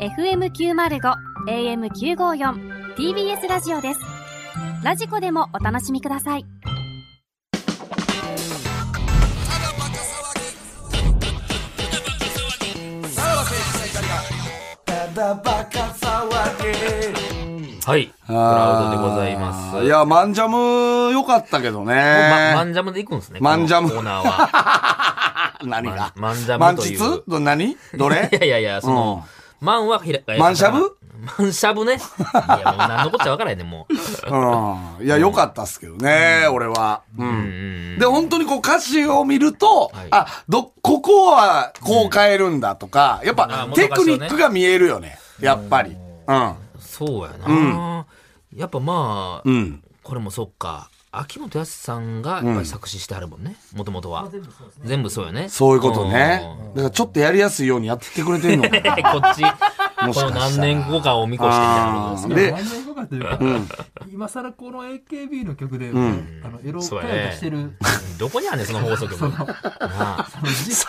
FM905 AM954 TBS ラジオですラジコでもお楽しみくださいはい。クラウドでございます。いや、マンジャム良かったけどね。ま、マンジャムで行くんですね。マンジャムこのコーナー は。何がマンマンジャマンムとチいうツど何どれ いやいやいや、その、マンはひら、マンシャブマンシャ ブね。いや、もう何のこっちゃわからへんね、もう。うん。いや、良かったっすけどね、俺は。う。うんん。で、本当にこう歌詞を見ると、はいあ、ど、ここはこう変えるんだとか、やっあぱ元テ歌詞をクねニックが見えるよね。やっぱり。うん。そうやな。やっぱまあう、ん。これもそっか。秋元康さんがやっぱり作詞してはるもんね。もともとは。全部そうよね。そういうことねうん。 だからちょっとやりやすいようにやってくれてんのかな。こっち、もしかし たらこの何年後かを見越してみたいなこあとですーねで何年後かというか、今更この AKB の曲で、あのエロそうやカイドしてる、ね。どこにあんねん、その放 送局。なあ。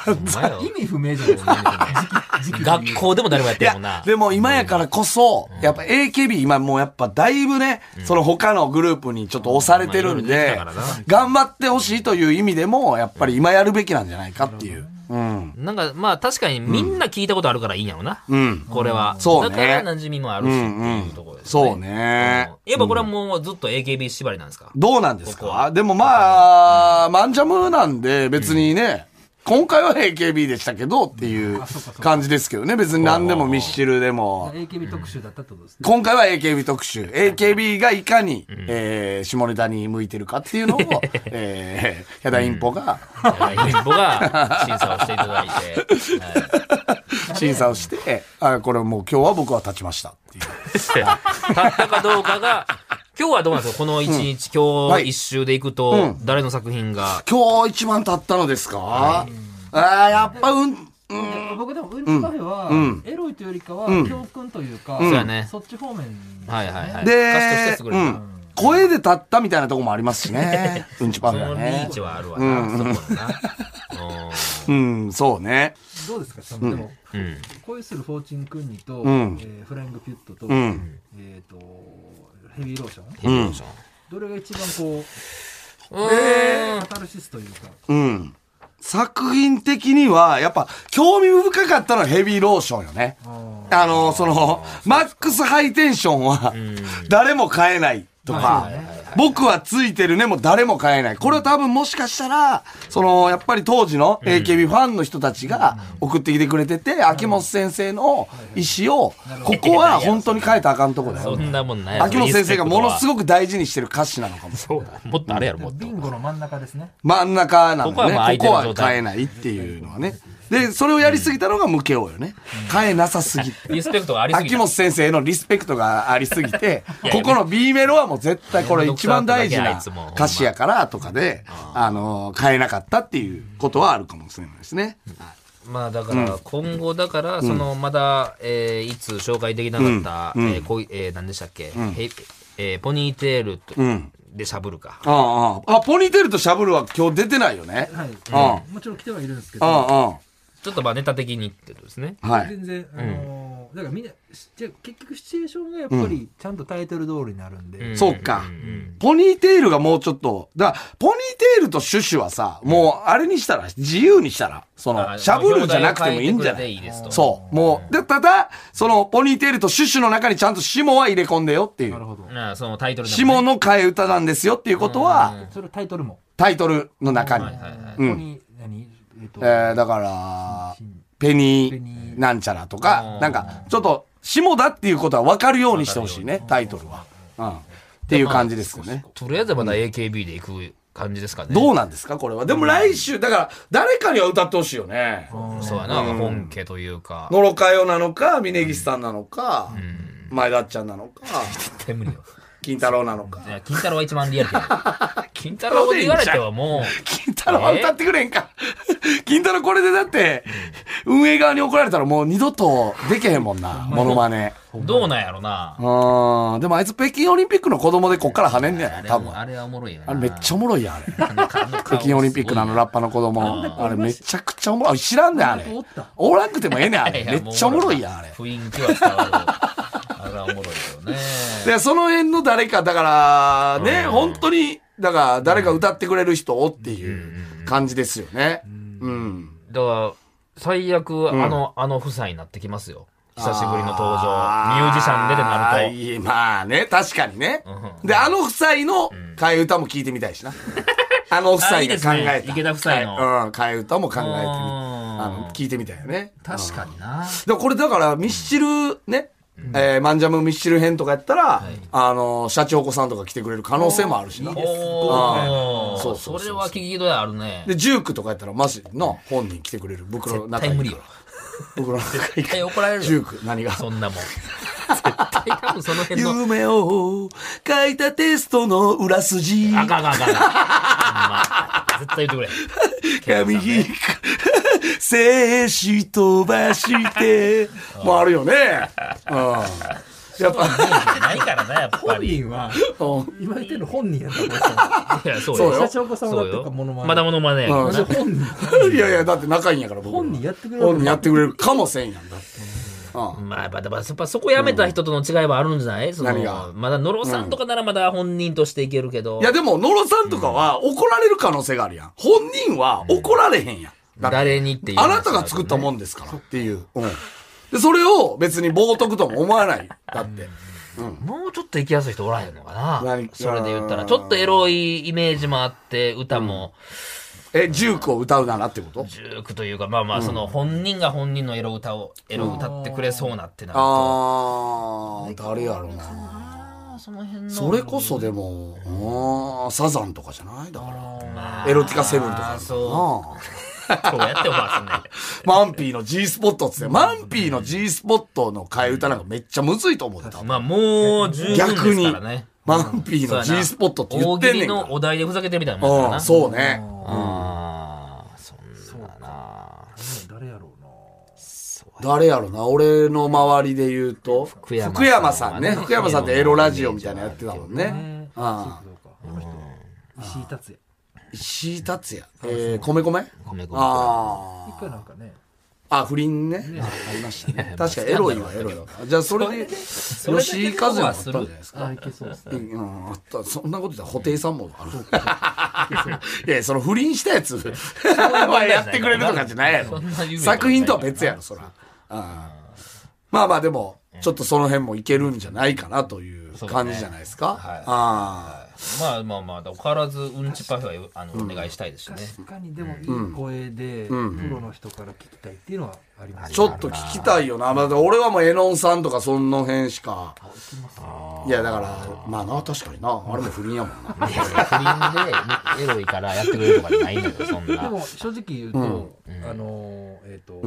ほんまよ意味不明じゃないですか。時期時期学校でも誰もやっいてるもんやな。、 でも今やからこそ、やっぱ AKB 今もうやっぱだいぶね、その他のグループにちょっと押されてるんでまあいろいろできたからな、頑張ってほしいという意味でも、やっぱり今やるべきなんじゃないかっていう。うん。なんかまあ確かにみんな聞いたことあるからいいんやろな。うん。これは。そうねだから馴染みもあるしっていうところですね。そうねうん。やっぱこれはもうずっと AKB 縛りなんですかどうなんですここはかでもまあ、マンジャムなんで別にね、今回は AKB でしたけどっていう感じですけどね。別に何でもミッシルでも。 AKB 特集だったってことですね。今回は AKB 特集。AKB がいかに、えー下ネタに向いてるかって いうのを、えー、ヒャダインポが僕が審査をしていただいて。はい審査をして、あ、これもう今日は僕は立ちましたっていう。勝ったかどうかが、今日はどうなんですかこの一日、今日一周でいくと、誰の作品が。今日一番立ったのですか、あーやっぱうん、うん僕でもうんちカフェは、エロいというよりかは、教訓というか、そうやねそっち方面にはいはいはい。歌手としてで、すごいうな。ん。声で立ったみたいなとこもありますしね。うんちパ そンのがリーねチ。はあるわな、そこのな。うん、そうね。どうですかそのでも、うんうん。恋するフォーチュンクンニと、んえーフライングピュットと、んえっ、と、ヘビーローション。ヘビーローションどれが一番こうう、ーんカタルシスというか、うん。作品的には、やっぱ、興味深かったのはヘビーローションよね。あの、その、マックスハイテンションは、誰も買えないとか、僕はついてるねも誰も買えない。これは多分もしかしたら、その、やっぱり当時の AKB ファンの人たちが送ってきてくれてて、秋元先生の意思を、ここは本当に変えたらあかんとこだそよ。んなもんない秋元先生がものすごごく大事にしてる歌詞なのかも。く。もっとあれやろ、もっとビ。ンゴの真ん中ですね。真ん中なんここはもうだ相ね。こ手このは状態変えないっていうのはね。で、それをやりすぎたのがムケオよね。変えなさすぎて。リスペクトがありすぎ秋て元先生へのリスペクトがありすぎ て、ここの B メロはもう絶対これ一番大事な歌詞やからとかで、あの、変えなかったっていうことはあるかもしれないですね。まあだから、今後だから、その、まだ、えーいつ紹介できなかった、えーこいえー何でしたっけ、へえーポニーテールとでしゃぶるか。ああ、ああ、ポニーテールとシャブルは今日出てないよね。はい。あもちろん来てはいるんですけあ、ど、あちょっとまあネタ的にってことですね。あ、はい。全然、あのーだからみんな、しじゃあ結局シチュエーションがやっぱりちゃんとタイトル通りになるんで、そうか。ポニーテールがもうちょっと、だからポニーテールとシュシュはさ、もうあれにしたら、自由にしたら、そあの、しゃぶるじゃなくてもいいんじゃ表題を変えてくれなていいいですとそう。もう、で、ただ、その、ポニーテールとシュシュの中にちゃんとシモは入れ込んでよっていう。なあそのタイトルでシもモの替え歌なんですよっていうことは、それタイトルも。タイトルの中に。こうんこに、何えっ、と、えー、だから、ペニペーニーなんちゃらとか、なんか、ちょっと、下だっていうことは分かるようにしてほしいね、タイトルは。うん。っていう感じですよね。とりあえずまだ AKB で行く感じですかね。どうなんですかこれは。でも来週、だから、誰かには歌ってほしいよね。そうやな、本家というか。野呂佳代なのか、峯岸さんなのか、前田っちゃんなのか、絶対無理よ。金太郎なのか い。や金太郎は一番リアルだよ。金太郎で言われてはも金太郎は歌ってくれん か。金太郎これでだって、運営側に怒られたらもう二度とでけへんもんな、モノマネ。う、どうなんやろな。うん。でもあいつ北京オリンピックの子供でこっから跳ねんねやあな、れ多分。もああれはおもろいよな。れめっちゃおもろいやん、あれ。あの顔北京オリンピックのあのラッパの子供。あれめちゃくちゃおもろい。あ知らんねん、あれおった。おらんくてもええねん、あいやれ。いめやっちゃおもろいやん、あれ。雰囲気は伝わる。あれはおもろいけ どね。で、その辺の誰か、だから、ね、本当に、だから、誰か歌ってくれる人をっていう感じですよね。うん。だから、最悪、あの、あの夫妻になってきますよ。久しぶりの登場。あミュージシャンででなると。いいまあね、確かにね。で、あの夫妻の替え歌も聞いてみたいしな。 あの夫あ妻いいがで考すねえた。池田夫妻の替えうん、替え歌も考えてみ、うんあの、聞いてみたいよね。確かにな。でこれだから、ミスチルね、えーマンジャムミスチル編とかやったら、あの、シャチホコさんとか来てくれる可能性もあるしな。おうんーそうそうそうそうそれは聞き取りあるね。で、ジュークとかやったら、マジな、本人来てくれる。袋の絶中対に。無理よ。。袋の中に絶。対怒られるジュよー。ク、何が。そん なもん。絶対多分その辺の。夢を書いたテストの裏筋。あかんあかんあかん。まあ、絶対言ってくれ。髪ケンひく。静止飛ば して。もうあるよね。うん。やっぱ、さんねそうないからな、やっぱ本り。人は、うん今言ってるの本人やったら、いや、そうそうよよ。社長子さんはだってモノマネまだモノマネやけどうな。んこれ本人。いやいや、だって仲いいんやから、僕ら。本人やってくれる本人やってくれるかもせんやんだって。うん。まあ、やっぱ、やっぱそこやめた人との違いはあるんじゃないその何がまだ、野呂さんとかならまだ本人としていけるけどい、や、でも、野呂さんとかは怒られる可能性があるやん。本人は怒られへんやん。だって誰にっていう。あなたが作ったもんですからっていう。うん。で、それを別に冒涜とも思わない。だって。もうちょっと生きやすい人おらへんのかな何それで言ったら。ちょっとエロいイメージもあって、歌も、え、ジュークを歌うならってことジュークというか、まあまあ、その、本人が本人のエロ歌を、エロ歌ってくれそうなってなると。あー、誰やろうな。あーその辺の。それこそでも、うん、サザンとかじゃないだから。まあエロティカセブンとか。。そうう。どうやっておばあすんねん。マンピーの G スポットっつって、マンピーの G スポットの替え歌なんかめっちゃむずいと思ってた。まあ、もう十分逆ですにからね。、マンピーそうのやな G スポットって言ってんねん大喜利のか。お題でふざけてるみたいなもんやかららうん、な。そうね。ああ、そんなな。誰やろうな。誰やろな俺の周りで言うと福福山山さんさんね福山さんってエロラジオみたいなのやってたもんねああそうか。あの人、石井達也。石井達也えー米米米米あ一回なんかね、ああ不倫ねあありました ね確かエロいはエロいわじゃあ それで吉れで井和也もあったんじゃないですあかいけそうですね。うん、あったそんなこと言ったら布袋さんも あるいやその不倫したやつはやってくれるとかじゃないやろそんな夢作品とは別やろそらああまあまあでもちょっとその辺もいけるんじゃないかなという感じじゃないですか、そうねはいああまあまあまあ、変わらずうんちパフェはあのお願いしたいですしね。確かにでもいい声で、プロの人から聞きたいっていうのはありますねちょっと聞きたいよな、まあ、俺はもうエノンさんとかその辺しかいやだからまあな確かになあれも不倫やもん ないやいや不倫でエロいからやってくれるとかじゃないんだよ、そんでな。も正直言うと、あのーえっ、と、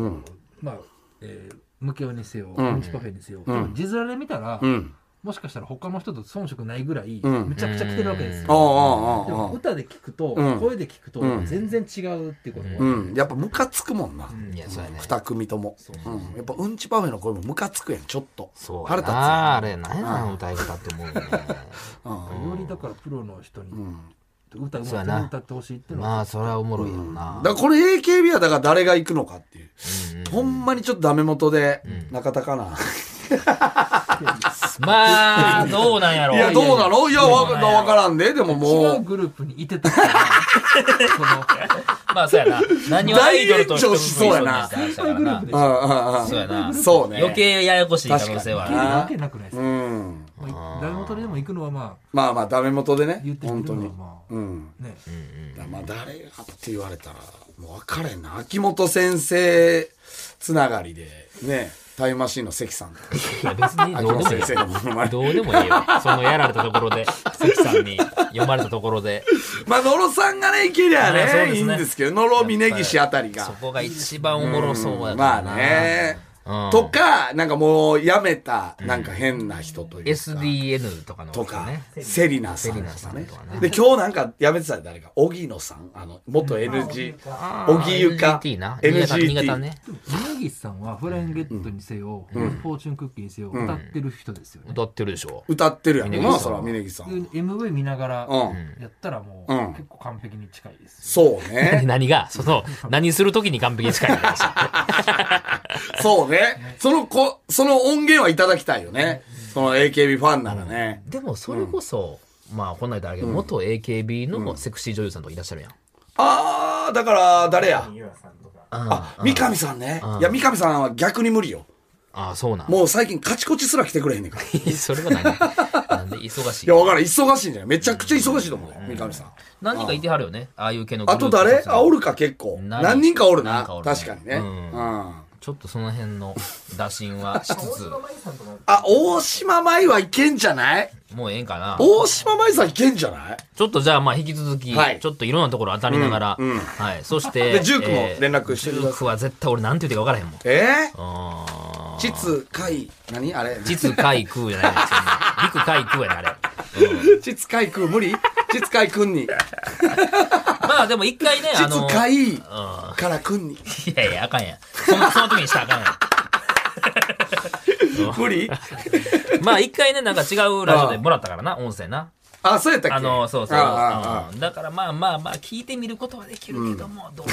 まあ、えー、ムケオにせよ、うんちパフェにせよ、でも字面で見たら、うんもしかしたら他の人と遜色ないぐらい、んめちゃくちゃ来てるわけですあよ。あであああもあ歌で聞くと、うん声で聞くと、全然違うってことは、うんやっぱムカつくもんな、いや、そうやね。二組ともう、ん、やっぱうんちパフェの声もムカつくやんちょっとそう腹や立つやな。あれ、何やな、歌い方って思うよね。よりだからプロの人に、歌うまそうやくな歌ってほしいっていうのは、まあ、それはおもろいよんな。だからこれ AKB はだから誰が行くのかっていう、ほんまにちょっとダメ元で中田かな、まあ、どうなんやろ。いや、どうなのいや、わかわからんで、でも違うもグループにいてたから、そのま あ、そうやな。何をアイドルとしても大先輩グループでう、うんうんそうやなうん。。そうね。余。計ややこしい可能性はあ行るけるな。わけなくないですうか。ん。まあ誰もとでも行くのはまあ、まあまあ、ダメ元でね言っ。てくる本当のには。まあ、うん。ね。まあ、誰がって言われたら、もう分かれんな。秋元先生つながりで、ね、タイムマシーンの関さんとか。いや別に秋どうで元もい先い生のものまね。どうでもいいよ。そのやられたところで、関さんに読まれたところで。まあ、野呂さんがね、いけりゃあそうですね、ねいいんですけど、野呂峯岸あたりがそ。こが一番おもろそうやまからあなね。うんとか、なんかもうやめた、なんか変な人というか。 SDN とかのと人かね、セリナさんセとリナさかんねとかね。で、今日なんかやめてたよ誰か、荻野さん、あの、元 NG、荻ゆか、 NGT な NGT 新潟ね宮岸さんはフレンゲットにせよ、フォーチュンクッキーにせよ、歌ってる人ですよね。歌ってるでしょ歌ってるやん峯岸な、さんそら、峯岸さん。で MV 見ながらうんやったらもう、うん結構完璧に近いですよ。そう ね。何がその何するときに完璧に近いの かそうね。そのこ、その音源はいただきたいよね。その AKB ファンならね。でもそれこそ、まあこんないだあれやけど、元 AKB のセクシー女優さんとかいらっしゃるやん、あー、だから、誰やああ、三上さんね。いや、三上さんは逆に無理よ。あそうなんもう最近カチコチすら来てくれへんねんから。いそれは何なんで忙しいや、わからん。忙しいんじゃないめちゃくちゃ忙しいと思うよ、三上さん。何人かいてはるよねああいう系のグルあープと誰あ、おるるか結構。何何人かおる何な。人かおるね確かにね。う。うんんあ、ちょっとその辺の打 診はしつつ大島舞はいけんじゃないもうええんかな大島舞さんいけんじゃないちょっとじゃあまあ引き続き、はいちょっといろんなところ当たりながら、はい、そしてでジュークも連絡してくださいジュークは絶対俺なんて言うてか分からへんもんえ あー実、海、何あれ実海空じゃないですよね。陸海空やね、あ実海空無理実海くんに。れ。まあでも一回ね、 あの、実い海からく んに。やいや、あかんやん。そのその時にしたらあかんやん。無 理まあ一回ね、なんか違うラジオでもらったからな、音声な。あ、そうやったっけあの、そうそう。ああああうんだからまあまあまあ、聞いてみることはできるけども、どうかなっていう。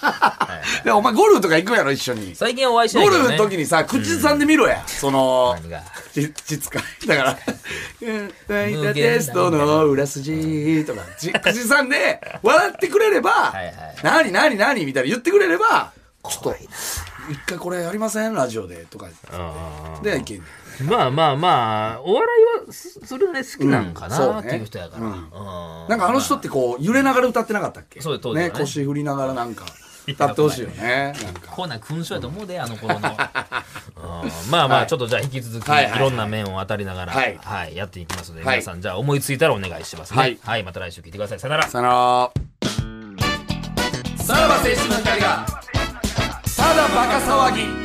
はいはいで、お前ゴルフとか行くやろ、一緒に。最近お会いしないゴけルどフね。の時にさ、口ずさんでみろや。その、何が じ実かだから「大体テストの裏筋」とかじ口ずさんで笑ってくれればはいはい「何何何」みたいな言ってくれればちょっと一回これやりませんラジオでとかでいけんまあまあまあ、お笑いはすそれね好きなんかうんそなうっねていう人やから。ううんんなんかあの人ってこう揺れながら歌ってなかったっけそう当時はねね腰振りながら なんか歌ってほしいよねなんかコーナー勲章やと思うで、あの頃の。うんまあまあ、ちょっとじゃあ引き続き、はいはいいろんな面を当たりながら、ははいい、やっていきますので、はい皆さん、じゃあ思いついたらお願いしますね。ははいい、また来週聞いてください。さよなら。さよならさらば青春の光がただバカ騒ぎ